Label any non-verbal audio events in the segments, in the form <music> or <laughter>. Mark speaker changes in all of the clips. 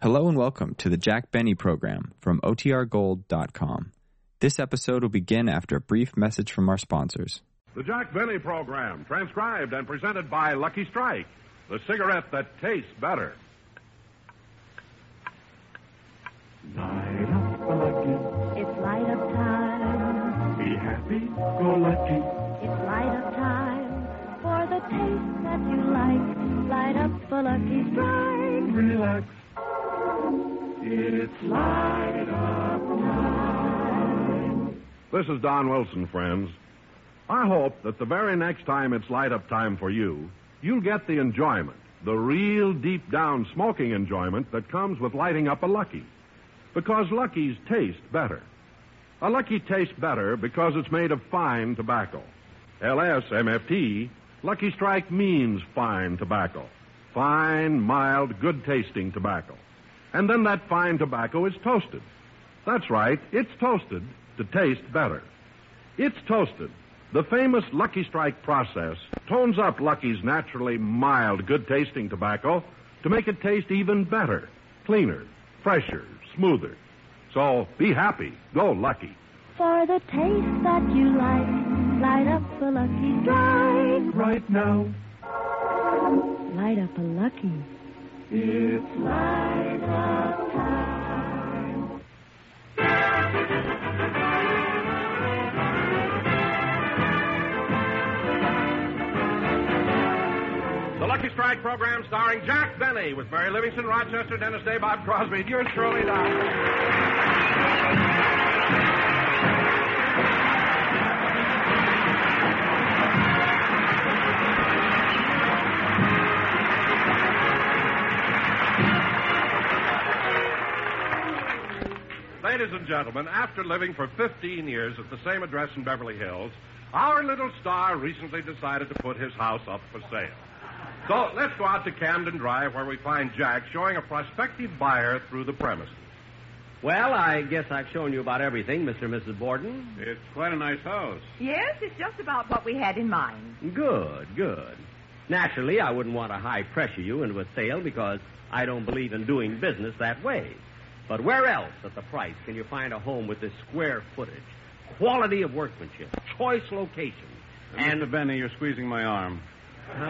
Speaker 1: Hello and welcome to the Jack Benny program from OTRGold.com. This episode will begin after a brief message from our sponsors.
Speaker 2: The Jack Benny program, transcribed and presented by Lucky Strike, the cigarette that tastes better.
Speaker 3: Light up the lucky,
Speaker 4: It's light up time.
Speaker 3: be happy, go lucky.
Speaker 4: It's light up time for the taste that you like. Light up the Lucky Strike.
Speaker 3: Relax. It's light up.
Speaker 2: This is Don Wilson, friends. I hope that the very next time it's light up time for you, you'll get the enjoyment, the real deep down smoking enjoyment that comes with lighting up a Lucky. Because Luckies taste better. A Lucky tastes better because it's made of fine tobacco. LSMFT, Lucky Strike means fine tobacco. Fine, mild, good tasting tobacco. And then that fine tobacco is toasted. That's right, it's toasted to taste better. It's toasted. The famous Lucky Strike process tones up Lucky's naturally mild, good tasting tobacco to make it taste even better, cleaner, fresher, smoother. So be happy. Go Lucky.
Speaker 4: For the taste that you like. Light up the Lucky Strike.
Speaker 3: Right now,
Speaker 4: Light up a Lucky.
Speaker 3: it's
Speaker 4: Light up time.
Speaker 2: The Lucky Strike program starring Jack Benny with Mary Livingston, Rochester, Dennis Day, Bob Crosby, and yours truly, Don. Ladies and gentlemen, after living for 15 years at the same address in Beverly Hills, our little star recently decided to put his house up for sale. So let's go out to Camden Drive where we find Jack showing a prospective buyer through the premises.
Speaker 5: Well, I guess I've shown you about everything, Mr. and Mrs. Borden.
Speaker 2: It's quite a nice house.
Speaker 6: Yes, it's just about what we had in mind.
Speaker 5: Good, good. Naturally, I wouldn't want to high pressure you into a sale because I don't believe in doing business that way. But where else at the price can you find a home with this square footage, quality of workmanship, choice location,
Speaker 7: <laughs>
Speaker 5: and.
Speaker 7: Mr. Benny, you're squeezing my arm.
Speaker 5: Huh?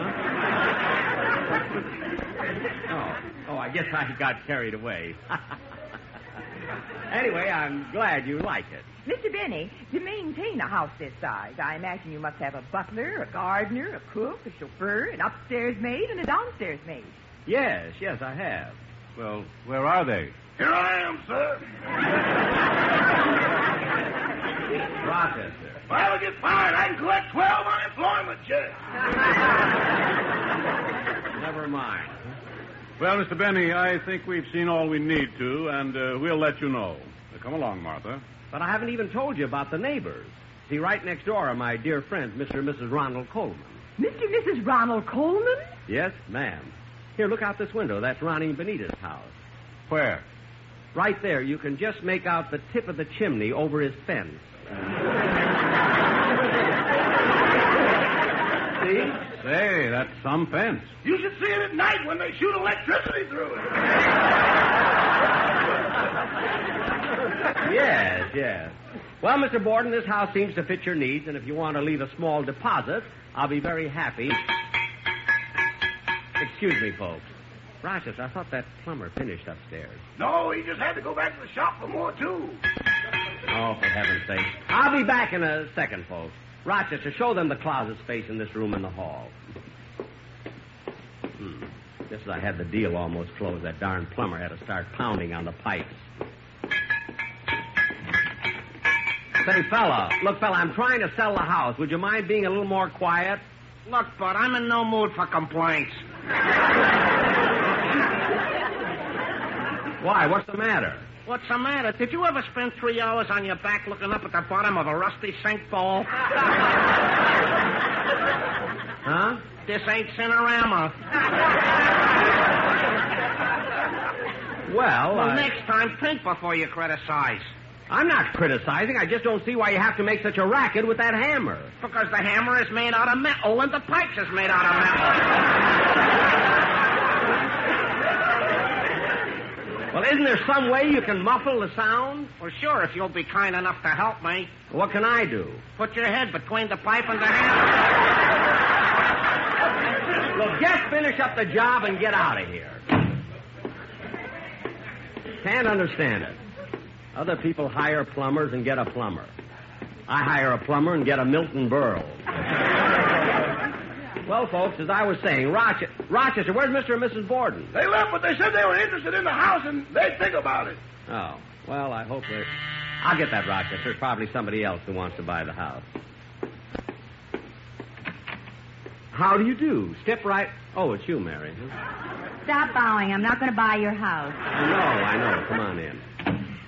Speaker 5: oh, oh, I guess I got carried away. <laughs> anyway, I'm glad you like it.
Speaker 6: Mr. Benny, to maintain a house this size, I imagine you must have a butler, a gardener, a cook, a chauffeur, an upstairs maid, and a downstairs maid.
Speaker 5: Yes, yes, I have.
Speaker 7: Well, where are they?
Speaker 2: Here I am, sir.
Speaker 5: Rochester.
Speaker 2: Well, get fired. I can collect 12 unemployment checks.
Speaker 5: Never mind.
Speaker 7: Well, Mr. Benny, I think we've seen all we need to, and uh, we'll let you know. Uh, Come along, Martha.
Speaker 5: But I haven't even told you about the neighbors. See, right next door are my dear friends, Mr. and Mrs. Ronald Coleman.
Speaker 6: Mr. and Mrs. Ronald Coleman?
Speaker 5: Yes, ma'am. Here, look out this window. That's Ronnie Benita's house.
Speaker 7: Where?
Speaker 5: Right there, you can just make out the tip of the chimney over his fence. See?
Speaker 7: Say, that's some fence.
Speaker 2: You should see it at night when they shoot electricity through it.
Speaker 5: Yes, yes. Well, Mr. Borden, this house seems to fit your needs, and if you want to leave a small deposit, I'll be very happy. Excuse me, folks. Rochester, I thought that plumber finished upstairs.
Speaker 2: No, he just had to go back to the shop for more, too.
Speaker 5: Oh, for heaven's sake. I'll be back in a second, folks. Rochester, show them the closet space in this room in the hall. Hmm. Just as I had the deal almost closed, that darn plumber had to start pounding on the pipes. Say, fella, look, fella, I'm trying to sell the house. Would you mind being a little more quiet?
Speaker 8: Look, Bud, I'm in no mood for complaints.
Speaker 5: Why? What's the matter?
Speaker 8: What's the matter? Did you ever spend three hours on your back looking up at the bottom of a rusty sink
Speaker 5: <laughs>
Speaker 8: bowl?
Speaker 5: Huh?
Speaker 8: This ain't Cinerama.
Speaker 5: Well,
Speaker 8: Well,
Speaker 5: I-
Speaker 8: next time, think before you criticize.
Speaker 5: I'm not criticizing. I just don't see why you have to make such a racket with that hammer.
Speaker 8: Because the hammer is made out of metal and the pipes is made out of metal.
Speaker 5: Well, isn't there some way you can muffle the sound?
Speaker 8: Well, sure, if you'll be kind enough to help me.
Speaker 5: What can I do?
Speaker 8: Put your head between the pipe and the handle.
Speaker 5: <laughs> Look, just finish up the job and get out of here. Can't understand it. Other people hire plumbers and get a plumber. I hire a plumber and get a
Speaker 8: <laughs>
Speaker 5: Milton Berle. well, folks, as I was saying, Rochester, Rochester, where's Mr. and Mrs. Borden?
Speaker 9: They left, but they said they were interested in the house and they'd think about it.
Speaker 5: Oh, well, I hope they. I'll get that, Rochester. Probably somebody else who wants to buy the house. How do you do? Step right. Oh, it's you, Mary. huh?
Speaker 6: Stop bowing. I'm not going to buy your house.
Speaker 5: I know, I know. Come on in.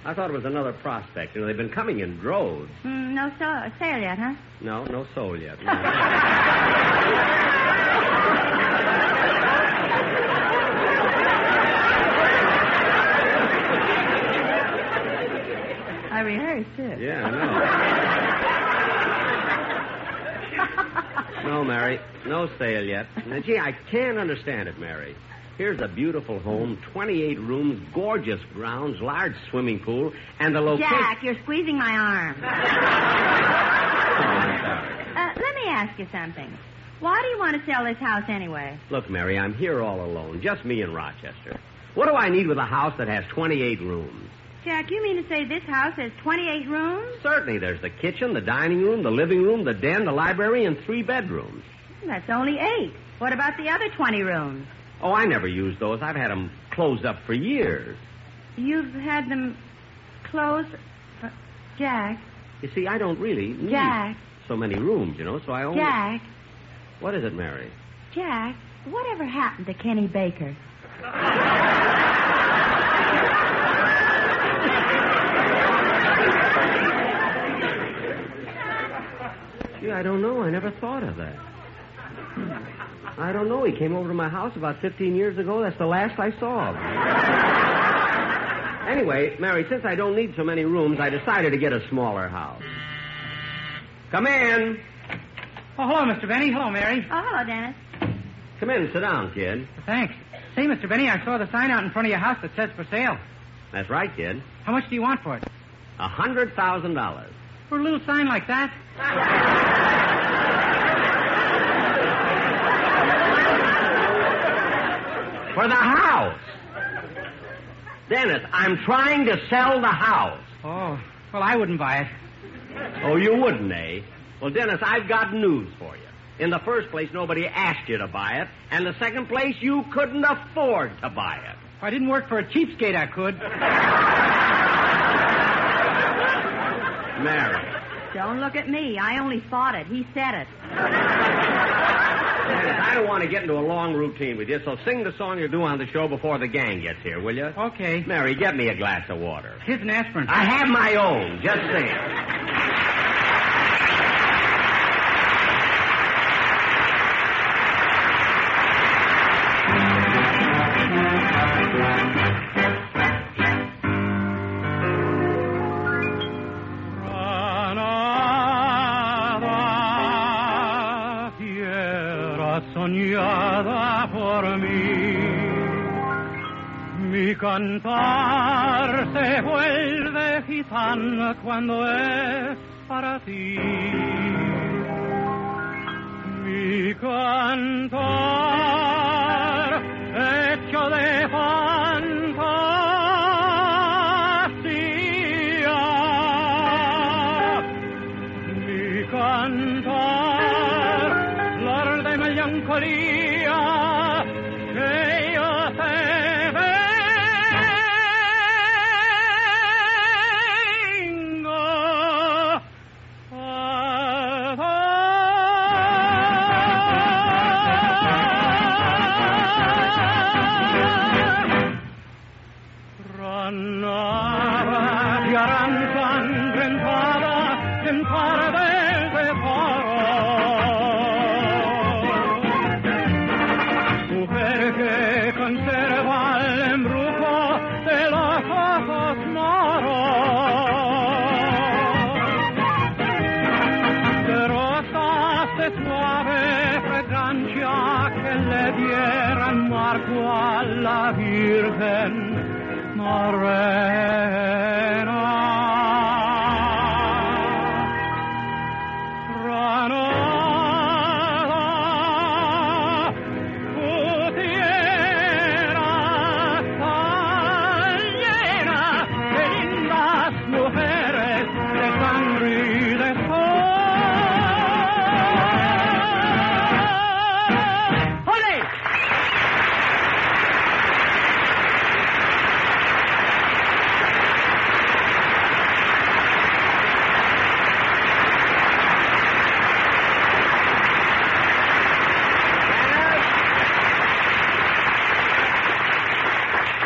Speaker 5: I thought it was another prospect. You know, they've been coming in droves.
Speaker 6: Mm, no so- sale yet, huh?
Speaker 5: No, no soul yet.
Speaker 6: I rehearsed it.
Speaker 5: Yeah, I know. no, Mary. No sale yet. Now, gee, I can't understand it, Mary. Here's a beautiful home, 28 rooms, gorgeous grounds, large swimming pool, and the location.
Speaker 6: Jack, you're squeezing my arm.
Speaker 5: Oh, I'm sorry.
Speaker 6: Uh, let me ask you something. Why do you want to sell this house anyway?
Speaker 5: Look, Mary, I'm here all alone, just me and Rochester. What do I need with a house that has 28 rooms?
Speaker 6: Jack, you mean to say this house has 28 rooms?
Speaker 5: Certainly, there's the kitchen, the dining room, the living room, the den, the library, and three bedrooms.
Speaker 6: That's only eight. What about the other 20 rooms?
Speaker 5: Oh, I never used those. I've had them closed up for years.
Speaker 6: You've had them closed. For... Jack,
Speaker 5: You see, I don't really need
Speaker 6: Jack.
Speaker 5: so many rooms, you know, so I only.
Speaker 6: Jack,
Speaker 5: What is it, Mary?
Speaker 6: Jack, whatever happened to Kenny Baker?
Speaker 5: Gee, I don't know. I never thought of that. I don't know. He came over to my house about 15 years ago. That's the last I saw of him. anyway, Mary, since I don't need so many rooms, I decided to get a smaller house. Come in.
Speaker 10: Oh, hello, Mr. Benny. Hello, Mary.
Speaker 6: Oh, hello, Dennis.
Speaker 5: Come in and sit down, kid.
Speaker 10: Thanks. Say, Mr. Benny, I saw the sign out in front of your house that says for sale.
Speaker 5: That's right, kid.
Speaker 10: How much do you want for it?
Speaker 5: A hundred thousand dollars.
Speaker 10: For a little sign like that?
Speaker 5: For the house. Dennis, I'm trying to sell the house.
Speaker 10: Oh, well, I wouldn't buy it.
Speaker 5: Oh, you wouldn't, eh? Well, Dennis, I've got news for you. In the first place, nobody asked you to buy it, and the second place, you couldn't afford to buy it.
Speaker 10: If I didn't work for a cheapskate, I could.
Speaker 5: Mary,
Speaker 6: Don't look at me. I only thought it. He said it.
Speaker 5: Dennis, I don't want to get into a long routine with you, so sing the song you do on the show before the gang gets here, will
Speaker 10: Oh.
Speaker 5: you?
Speaker 10: Okay.
Speaker 5: Mary, get me a glass of water.
Speaker 10: Here's an aspirin.
Speaker 5: I have my own. Just sing.
Speaker 7: Nada tierra soñada por mí. Mi cantar se vuelve gitana cuando es para ti. Mi cantar hecho de fantasía mi cantar, flor de melancolía, que yo te vengo a dar.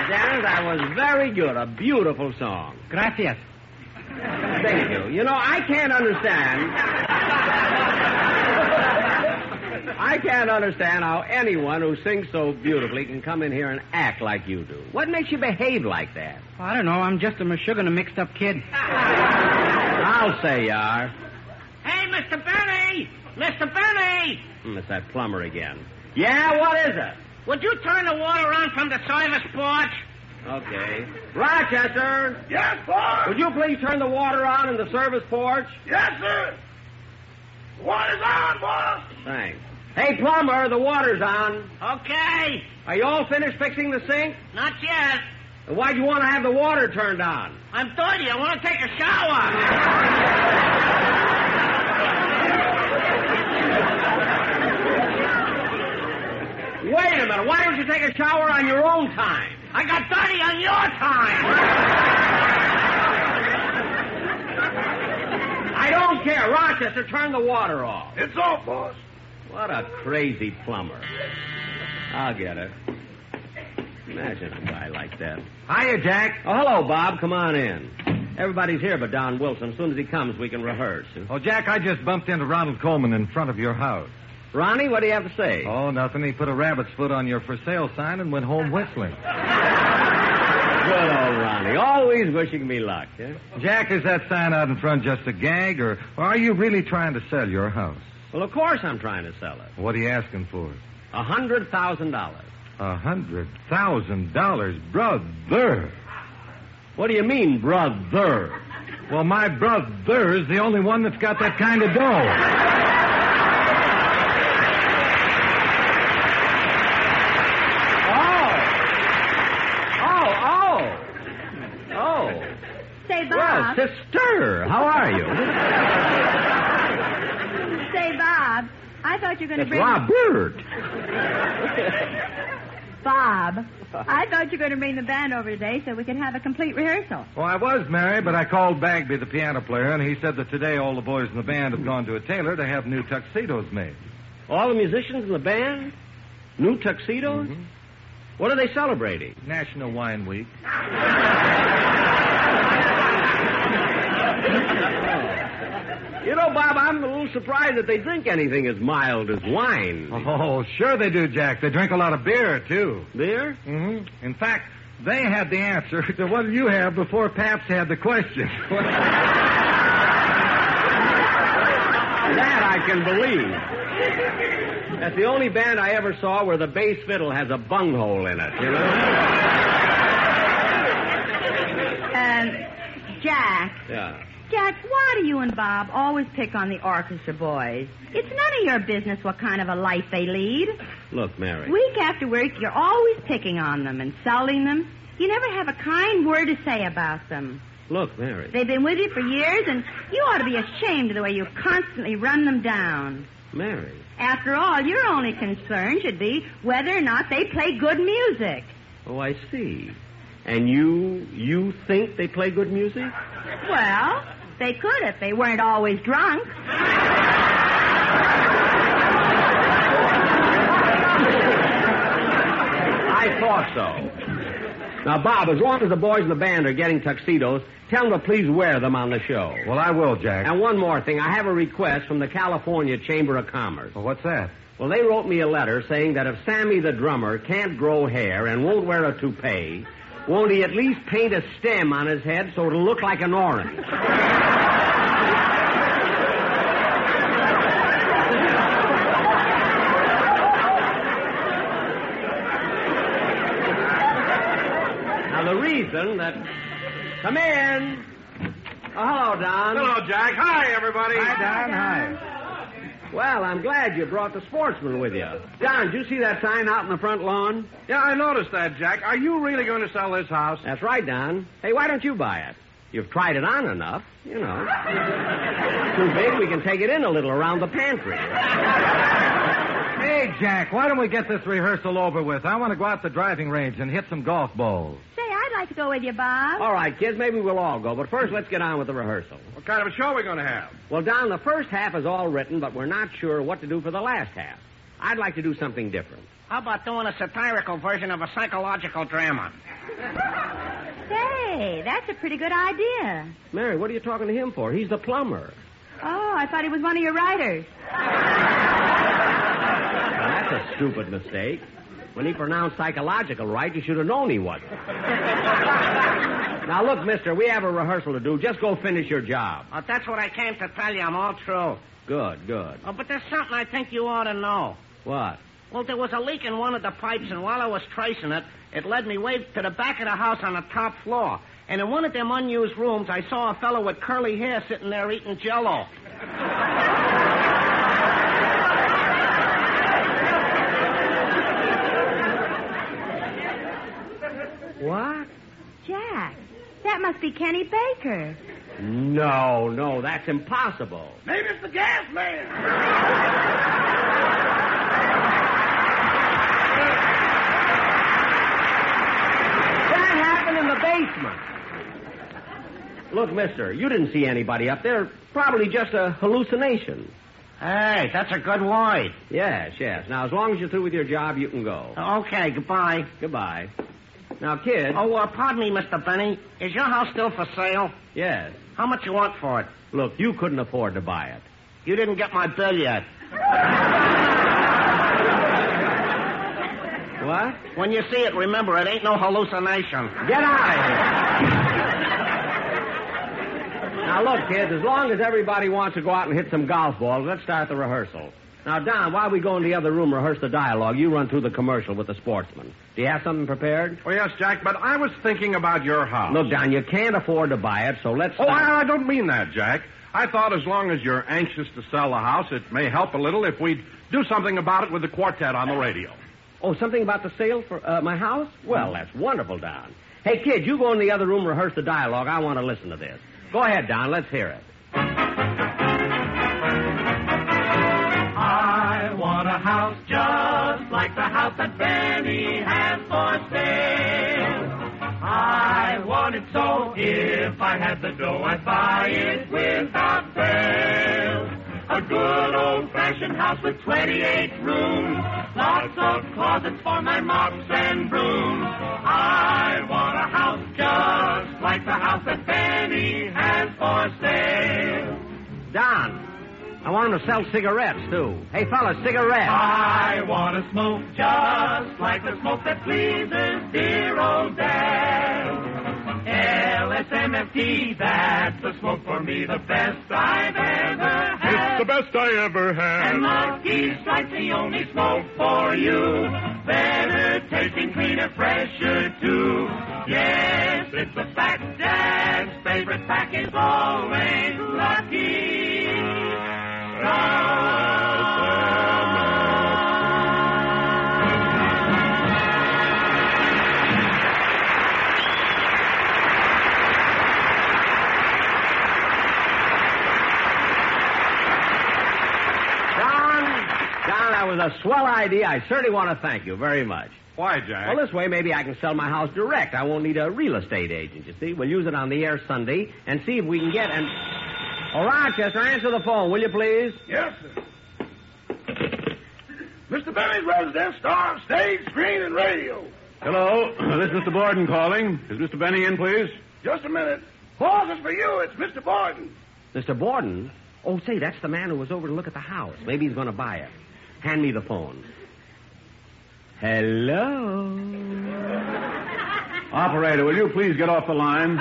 Speaker 5: Dennis, that was very good. A beautiful song.
Speaker 10: Gracias.
Speaker 5: Thank you. You know, I can't understand. I can't understand how anyone who sings so beautifully can come in here and act like you do. What makes you behave like that?
Speaker 10: I don't know. I'm just a Meshuggah and a mixed up kid.
Speaker 5: I'll say you are.
Speaker 8: Hey, Mr. Benny! Mr. Benny!
Speaker 5: Hmm, It's that plumber again. Yeah, what is it?
Speaker 8: Would you turn the water on from the service porch?
Speaker 5: Okay. Rochester!
Speaker 9: Yes, boss.
Speaker 5: Would you please turn the water on in the service porch?
Speaker 9: Yes, sir. Water's on, boss.
Speaker 5: Thanks. Hey, plumber, the water's on.
Speaker 8: Okay.
Speaker 5: Are you all finished fixing the sink?
Speaker 8: Not yet.
Speaker 5: And Why'd you want to have the water turned on?
Speaker 8: I'm dirty. I want to take a shower.
Speaker 5: Wait a minute. Why don't you take a shower on your own time?
Speaker 8: I got dirty on your time.
Speaker 5: I don't care. Rochester, turn the water off.
Speaker 9: It's off, boss.
Speaker 5: What a crazy plumber. I'll get it. Imagine a guy like that. Hiya, Jack. Oh, hello, Bob. Come on in. Everybody's here but Don Wilson. As soon as he comes, we can rehearse.
Speaker 2: Oh, Jack, I just bumped into Ronald Coleman in front of your house.
Speaker 5: Ronnie, what do you have to say?
Speaker 2: Oh, nothing. He put a rabbit's foot on your for sale sign and went home whistling.
Speaker 5: Good old Ronnie. Always wishing me luck. huh?
Speaker 2: Jack, is that sign out in front just a gag, or, or are you really trying to sell your house?
Speaker 5: Well, of course I'm trying to sell it.
Speaker 2: What are you asking for?
Speaker 5: A hundred thousand dollars.
Speaker 2: A hundred thousand dollars, brother.
Speaker 5: What do you mean, brother?
Speaker 2: Well, my brother's the only one that's got that kind of dough.
Speaker 5: Oh, oh. Oh.
Speaker 6: Say,
Speaker 5: Well,
Speaker 6: Bob.
Speaker 5: sister, how are you?
Speaker 6: Say, Bob. I thought you were going to
Speaker 5: It's
Speaker 6: bring.
Speaker 5: Robert. <laughs>
Speaker 6: Bob. I thought you were going to bring the band over today so we could have a complete rehearsal.
Speaker 2: Well, I was married, but I called Bagby, the piano player, and he said that today all the boys in the band have gone to a tailor to have new tuxedos made.
Speaker 5: All the musicians in the band? New tuxedos? What are they celebrating?
Speaker 2: National Wine Week.
Speaker 5: You know, Bob, I'm a little surprised that they drink anything as mild as wine.
Speaker 2: Oh, sure they do, Jack. They drink a lot of beer, too.
Speaker 5: Beer?
Speaker 2: Mm-hmm. In fact, they had the answer <laughs> to what you have before Paps had the
Speaker 7: <laughs>
Speaker 2: question.
Speaker 5: That I can believe. That's the only band I ever saw where the bass fiddle has a bunghole in it, you know?
Speaker 6: And Um, Jack.
Speaker 5: Yeah.
Speaker 6: Jack, why do you and Bob always pick on the orchestra boys? It's none of your business what kind of a life they lead.
Speaker 5: Look, Mary.
Speaker 6: Week after week, you're always picking on them, insulting them. You never have a kind word to say about them.
Speaker 5: Look, Mary.
Speaker 6: They've been with you for years, and you ought to be ashamed of the way you constantly run them down.
Speaker 5: Mary.
Speaker 6: After all, your only concern should be whether or not they play good music.
Speaker 5: Oh, I see. And you you think they play good music?
Speaker 6: Well, they could if they weren't always drunk.
Speaker 5: I thought so. Now, Bob, as long as the boys in the band are getting tuxedos, tell them to please wear them on the show.
Speaker 2: well, I will, Jack.
Speaker 5: And one more thing, I have a request from the California Chamber of Commerce.
Speaker 2: Well, what's that?
Speaker 5: Well, they wrote me a letter saying that if Sammy the drummer can't grow hair and won't wear a toupee, won't he at least paint a stem on his head so it'll look like an orange? now, the reason reason that. Come in. Oh, hello, Don.
Speaker 7: Hello, Jack. Hi, everybody.
Speaker 5: Hi, Don. Hi. Well, I'm glad you brought the sportsman with you. Don, did you see that sign out in the front lawn?
Speaker 7: Yeah, I noticed that, Jack. Are you really going to sell this house?
Speaker 5: That's right, Don. Hey, why don't you buy it? You've tried it on enough, you know. Too big, we can take it in a little around the pantry.
Speaker 2: Hey, Jack, why don't we get this rehearsal over with? I want to go out the driving range and hit some golf balls.
Speaker 6: Say, I'd like to go with you, Bob.
Speaker 5: All right, kids, maybe we'll all go, but first let's get on with the rehearsal.
Speaker 7: What kind of a show are we going to have?
Speaker 5: Well, Don, the first half is all written, but we're not sure what to do for the last half. I'd like to do something different.
Speaker 8: How about doing a satirical version of a psychological drama?
Speaker 6: Say, that's a pretty good idea.
Speaker 5: Mary, what are you talking to him for? He's the plumber.
Speaker 6: Oh, I thought he was one of your writers.
Speaker 5: Now, that's a stupid mistake. When he pronounced psychological right, you should have known he wasn't. now, look, mister, we have a rehearsal to do. Just go finish your job.
Speaker 8: Oh, that's what I came to tell you. I'm all true.
Speaker 5: Good, good.
Speaker 8: Oh, but there's something I think you ought to know.
Speaker 5: What?
Speaker 8: Well, there was a leak in one of the pipes, and while I was tracing it, it led me way to the back of the house on the top floor. And in one of them unused rooms, I saw a fellow with curly hair sitting there eating jello.
Speaker 5: What?
Speaker 6: Jack, that must be Kenny Baker.
Speaker 5: No, no, that's impossible.
Speaker 9: Maybe it's the gas man.
Speaker 5: That happened in the basement. Look, mister, you didn't see anybody up there. Probably just a hallucination.
Speaker 8: Hey, that's a good word.
Speaker 5: Yes, yes. Now, as long as you're through with your job, you can go.
Speaker 9: Oh.
Speaker 8: Okay, goodbye.
Speaker 5: Goodbye. Now, kid.
Speaker 8: Oh, uh, pardon me, Mr. Benny. Is your house still for sale?
Speaker 5: Yes.
Speaker 8: How much you want for it?
Speaker 5: Look, you couldn't afford to buy it.
Speaker 8: You didn't get my bill <laughs> yet.
Speaker 5: What?
Speaker 8: When you see it, remember, it ain't no hallucination.
Speaker 5: Get out
Speaker 8: <laughs>
Speaker 5: of here. now, look, kids, as long as everybody wants to go out and hit some golf balls, let's start the rehearsal. Now, Don, while we go in the other room, rehearse the dialogue, you run through the commercial with the sportsman. Do you have something prepared?
Speaker 7: Oh, yes, Jack, but I was thinking about your
Speaker 8: Oh.
Speaker 7: house.
Speaker 5: Look, Don, you can't afford to buy it, so let's.
Speaker 7: Oh,
Speaker 5: start-
Speaker 7: I, I don't mean that, Jack. I thought as long as you're anxious to sell the house, it may help a little if we'd do something about it with the quartet on the radio.
Speaker 5: Oh, something about the sale for uh, my house? Well, that's wonderful, Don. Hey, kid, you go in the other room, rehearse the dialogue. I want to listen to this. Go ahead, Don. Let's hear it.
Speaker 3: I want a house just like the house that Benny has for sale. I want it so if I had the dough, I'd buy it without fail. A good old fashioned house with 28 rooms, lots of closets for my mops and brooms. I want a house just like the house that Benny has for sale.
Speaker 5: Don, I want him to sell cigarettes, too. Hey, fella, cigarettes.
Speaker 3: I want to smoke just like the smoke that pleases dear old dad. LSMFT, that's the smoke for me, the best I've ever had.
Speaker 7: It's the best I ever
Speaker 3: And
Speaker 7: had.
Speaker 3: Lucky Strike's the only smoke for you. Better tasting, cleaner, fresher too. Yes, it's a fact. Dad's favorite pack is always Lucky.
Speaker 5: Don, Don, that was a swell idea. I certainly want to thank you very much.
Speaker 7: Why, Jack?
Speaker 5: Well, this way, maybe I can sell my house direct. I won't need a real estate agent, you see. We'll use it on the air Sunday and see if we can get an. Oh, Rochester, answer the phone, will you, please?
Speaker 9: Yes, sir. Mr. Benny's residence star of stage, screen, and radio.
Speaker 7: Hello, <clears throat> this is Mr. Borden calling. Is Mr. Benny in, please?
Speaker 9: Just a minute. Boss is for you. It's Mr. Borden.
Speaker 5: Mr. Borden? Oh, say, that's the man who was over to look at the house. Maybe he's going to buy it. Hand me the phone. Hello?
Speaker 7: Operator, will you please get off the line?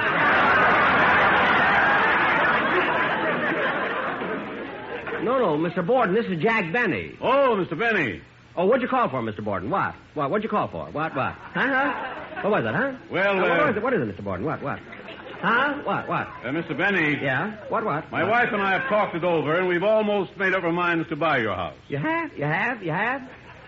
Speaker 5: No, no, Mr. Borden, this is Jack Benny.
Speaker 7: Oh, Mr. Benny.
Speaker 5: Oh, what'd you call for, Mr. Borden? What? What? What'd you call for? What? What? Huh? Huh? What was it, huh?
Speaker 7: Well,
Speaker 5: Uh,
Speaker 7: uh,
Speaker 5: what was it? What is it, Mr. Borden? What? What? Huh? What? What?
Speaker 7: Uh, Mr. Benny.
Speaker 5: Yeah? What? What?
Speaker 7: My
Speaker 5: What?
Speaker 7: wife and I have talked it over, and we've almost made up our minds to buy your house.
Speaker 5: You have? You have? You have?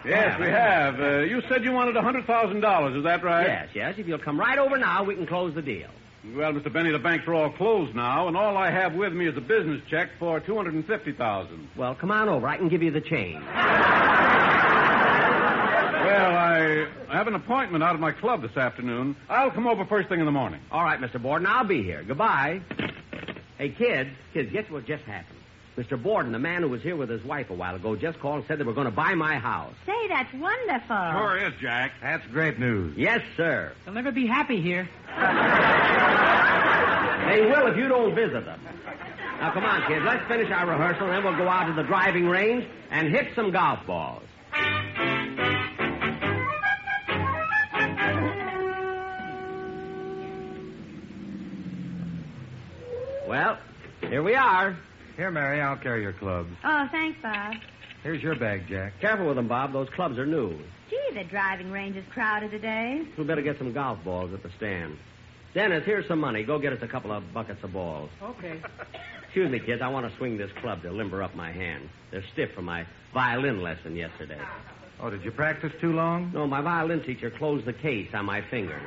Speaker 7: Yes, we have. Uh, you said you wanted a $100,000, is that right?
Speaker 5: Yes, yes. If you'll come right over now, we can close the deal.
Speaker 7: Well, Mr. Benny, the banks are all closed now, and all I have with me is a business check for 250000
Speaker 5: Well, come on over. I can give you the change.
Speaker 7: Well, I, I have an appointment out at my club this afternoon. I'll come over first thing in the morning.
Speaker 5: All right, Mr. Borden, I'll be here. Goodbye. Hey, kids, kids, guess what just happened? Mr. Borden, the man who was here with his wife a while ago, just called and said they were going to buy my house.
Speaker 6: Say, that's wonderful.
Speaker 7: is, Jack.
Speaker 2: That's great news.
Speaker 5: Yes, sir.
Speaker 10: They'll never be happy here.
Speaker 5: They will if you don't visit them. Now, come on, kids, let's finish our rehearsal, and then we'll go out to the driving range and hit some golf balls. Well, here we are.
Speaker 2: Here, Mary, I'll carry your clubs.
Speaker 6: Oh, thanks, Bob.
Speaker 2: Here's your bag, Jack.
Speaker 5: Careful with them, Bob. Those clubs are new.
Speaker 6: Gee, the driving range is crowded today.
Speaker 5: We better get some golf balls at the stand. Dennis, here's some money. Go get us a couple of buckets of balls.
Speaker 10: Okay.
Speaker 5: Excuse me, kids. I want to swing this club to limber up my hand. They're stiff from my violin lesson yesterday.
Speaker 2: Oh, did you practice too long?
Speaker 5: No, my violin teacher closed the case on my finger.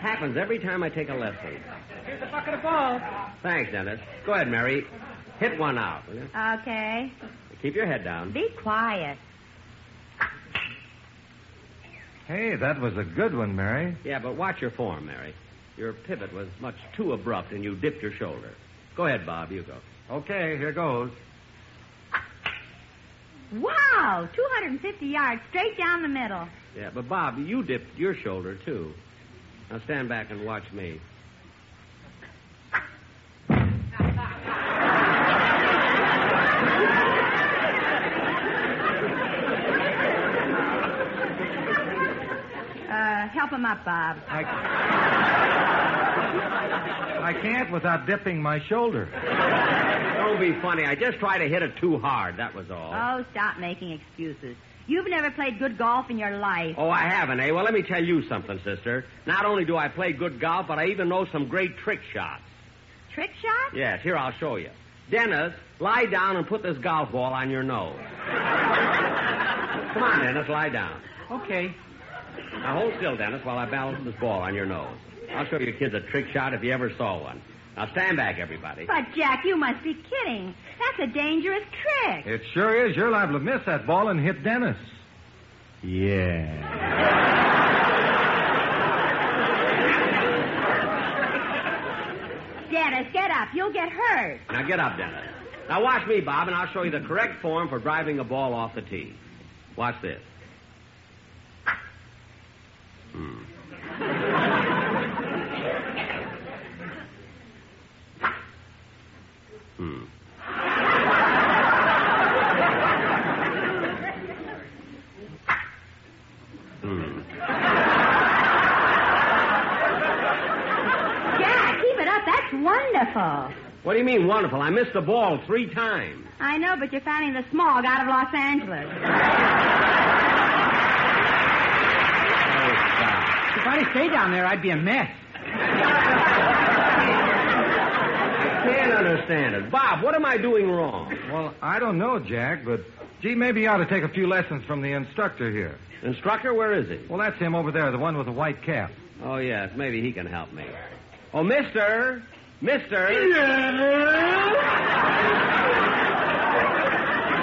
Speaker 5: Happens every time I take a lesson.
Speaker 10: Here's a bucket of balls.
Speaker 5: Thanks, Dennis. Go ahead, Mary. Hit one out. will you?
Speaker 6: Okay.
Speaker 5: Keep your head down.
Speaker 6: Be quiet.
Speaker 2: Hey, that was a good one, Mary.
Speaker 5: Yeah, but watch your form, Mary. Your pivot was much too abrupt, and you dipped your shoulder. Go ahead, Bob. You go.
Speaker 2: Okay, here goes.
Speaker 6: Wow, 250 yards straight down the middle.
Speaker 5: Yeah, but Bob, you dipped your shoulder too. Now stand back and watch me.
Speaker 6: Uh, help him up, Bob.
Speaker 2: I can't without dipping my shoulder.
Speaker 5: Don't be funny. I just tried to hit it too hard. That was all.
Speaker 6: Oh, stop making excuses. You've never played good golf in your life.
Speaker 5: Oh, I haven't, eh? Well, let me tell you something, sister. Not only do I play good golf, but I even know some great trick shots.
Speaker 6: Trick shot?
Speaker 5: Yes, here I'll show you. Dennis, lie down and put this golf ball on your nose. Come on, Dennis, lie down.
Speaker 10: Okay.
Speaker 5: Now hold still, Dennis, while I balance this ball on your nose. I'll show you kids a trick shot if you ever saw one. Now stand back, everybody.
Speaker 6: But, Jack, you must be kidding. That's a dangerous trick.
Speaker 2: It sure is. You're liable to miss that ball and hit Dennis.
Speaker 5: Yeah.
Speaker 6: Dennis, get up. You'll get hurt.
Speaker 5: Now get up, Dennis. Now watch me, Bob, and I'll show you the correct form for driving a ball off the tee. Watch this. Hmm. Hmm. Hmm.
Speaker 6: Jack, keep it up. That's wonderful.
Speaker 5: What do you mean, wonderful? I missed the ball three times.
Speaker 6: I know, but you're finding the smog out of Los Angeles.
Speaker 10: If I'd stayed down there, I'd be a mess.
Speaker 5: Can't understand it. Bob, what am I doing wrong?
Speaker 2: Well, I don't know, Jack, but gee, maybe you ought to take a few lessons from the instructor here.
Speaker 5: Instructor, where is he?
Speaker 2: Well, that's him over there, the one with the white cap.
Speaker 5: Oh, yes, maybe he can help me. Oh, mister! Mister!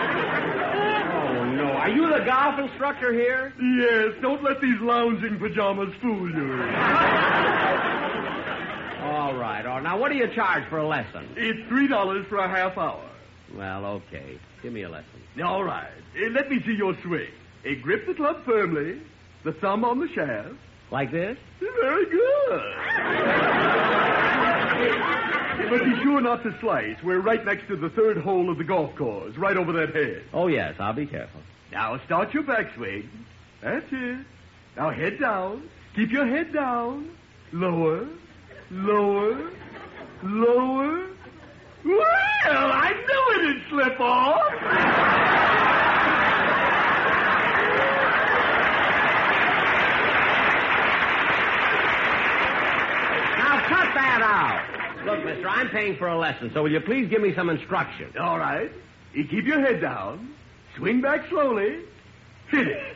Speaker 5: Oh, no. Are you the golf instructor here?
Speaker 9: Yes, don't let these lounging pajamas fool you.
Speaker 5: All right, all right. Now, what do you charge for a lesson?
Speaker 9: It's three dollars for a half hour.
Speaker 5: Well, okay. Give me a lesson.
Speaker 9: All right. Eh, let me see your swing. Eh, grip the club firmly, the thumb on the shaft.
Speaker 5: Like this?
Speaker 9: Very good. but be sure not to slice. We're right next to the third hole of the golf course, right over that head.
Speaker 5: Oh, yes, I'll be careful.
Speaker 9: Now start your backswing. That's it. Now head down. Keep your head down. Lower. Lower. Lower. Well, I knew it'd slip off.
Speaker 5: that out. Look, mister, I'm paying for a lesson, so will you please give me some instruction?
Speaker 9: All right. You keep your head down. Swing back slowly. Hit it.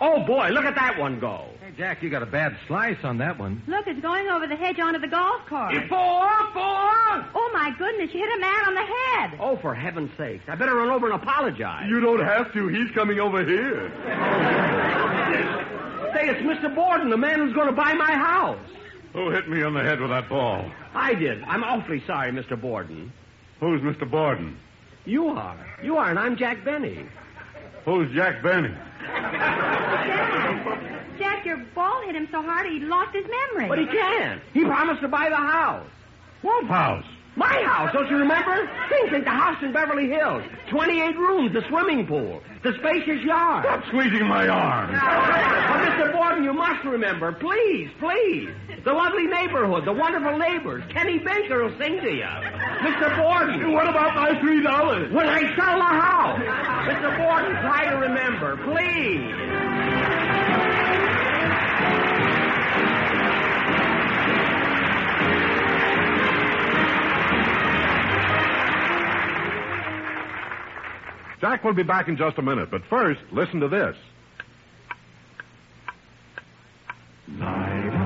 Speaker 5: Oh, boy, look at that one go.
Speaker 2: Hey, Jack, you got a bad slice on that one.
Speaker 6: Look, it's going over the hedge onto the golf cart.
Speaker 5: Four, four!
Speaker 6: Oh, my goodness, you hit a man on the head.
Speaker 5: Oh, for heaven's sake. I better run over and apologize.
Speaker 9: You don't have to. He's coming over here.
Speaker 5: Say, it's Mr. Borden, the man who's going to buy my house.
Speaker 7: Who hit me on the head with that ball?
Speaker 5: I did. I'm awfully sorry, Mr. Borden.
Speaker 7: Who's Mr. Borden?
Speaker 5: You are. You are, and I'm Jack Benny.
Speaker 7: Who's Jack Benny?
Speaker 6: Jack, Jack, your ball hit him so hard he lost his memory.
Speaker 5: But he can't. He promised to buy the house.
Speaker 7: What house?
Speaker 5: My house, don't you remember? Think of the house in Beverly Hills. 28 rooms, the swimming pool, the spacious yard.
Speaker 7: Stop squeezing my arm.
Speaker 5: But, Mr. Borden, you must remember, please, please. The lovely neighborhood, the wonderful neighbors. Kenny Baker will sing to you. Mr. Borden.
Speaker 9: What about my three dollars?
Speaker 5: When I sell the house. Mr. Borden, try to remember, please.
Speaker 11: Jack will be back in just a minute, but first, listen to this.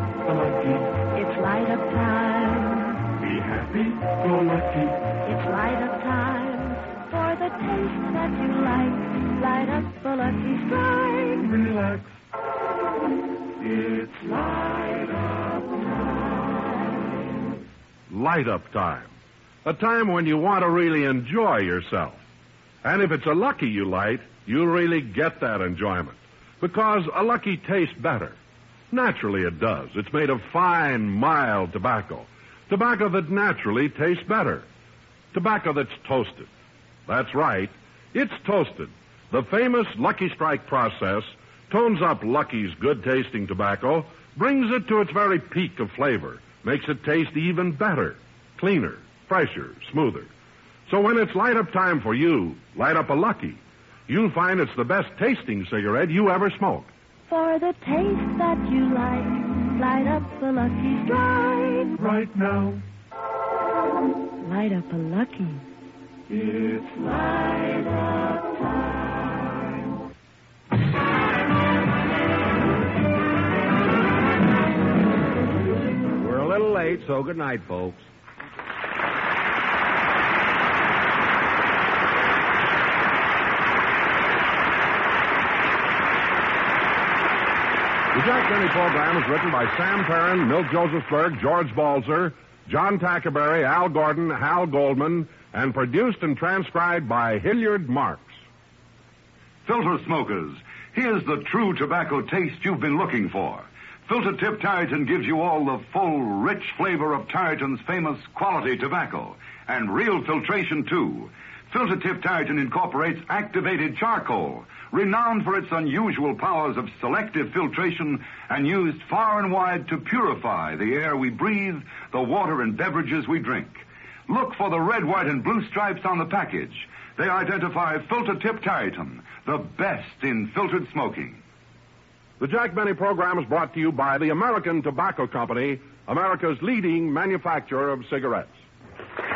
Speaker 4: It's light up time. Be happy, go lucky. It's light up time for the taste that you like. Light up the lucky strike. Relax. It's light up
Speaker 11: Light up time. A time when you want to really enjoy yourself. And if it's a lucky you light, you really get that enjoyment. Because a lucky tastes better. Naturally it does. It's made of fine, mild tobacco. Tobacco that naturally tastes better. Tobacco that's toasted. That's right. It's toasted. The famous Lucky Strike process tones up Lucky's good tasting tobacco, brings it to its very peak of flavor, makes it taste even better, cleaner, fresher, smoother. So when it's light up time for you, light up a Lucky. You'll find it's the best tasting cigarette you ever smoked.
Speaker 4: for the taste that you like. Light up the lucky strike. Right now. Light up a lucky. It's light up time.
Speaker 5: We're a little late, so good night, folks.
Speaker 11: The Jack Benny program is written by Sam Perrin, Milt Josephsberg, George Balzer, John Tackerberry, Al Gordon, Hal Goldman, and produced and transcribed by Hilliard Marks.
Speaker 12: Filter smokers, here's the true tobacco taste you've been looking for. Filter Tip Tarryton gives you all the full, rich flavor of Tarryton's famous quality tobacco. And real filtration, too. Filter Tip Tarryton incorporates activated charcoal, renowned for its unusual powers of selective filtration and used far and wide to purify the air we breathe, the water and beverages we drink. Look for the red, white, and blue stripes on the package. They identify Filter Tip Tarryton, the best in filtered smoking.
Speaker 11: The Jack Benny program is brought to you by the American Tobacco Company, America's leading manufacturer of cigarettes.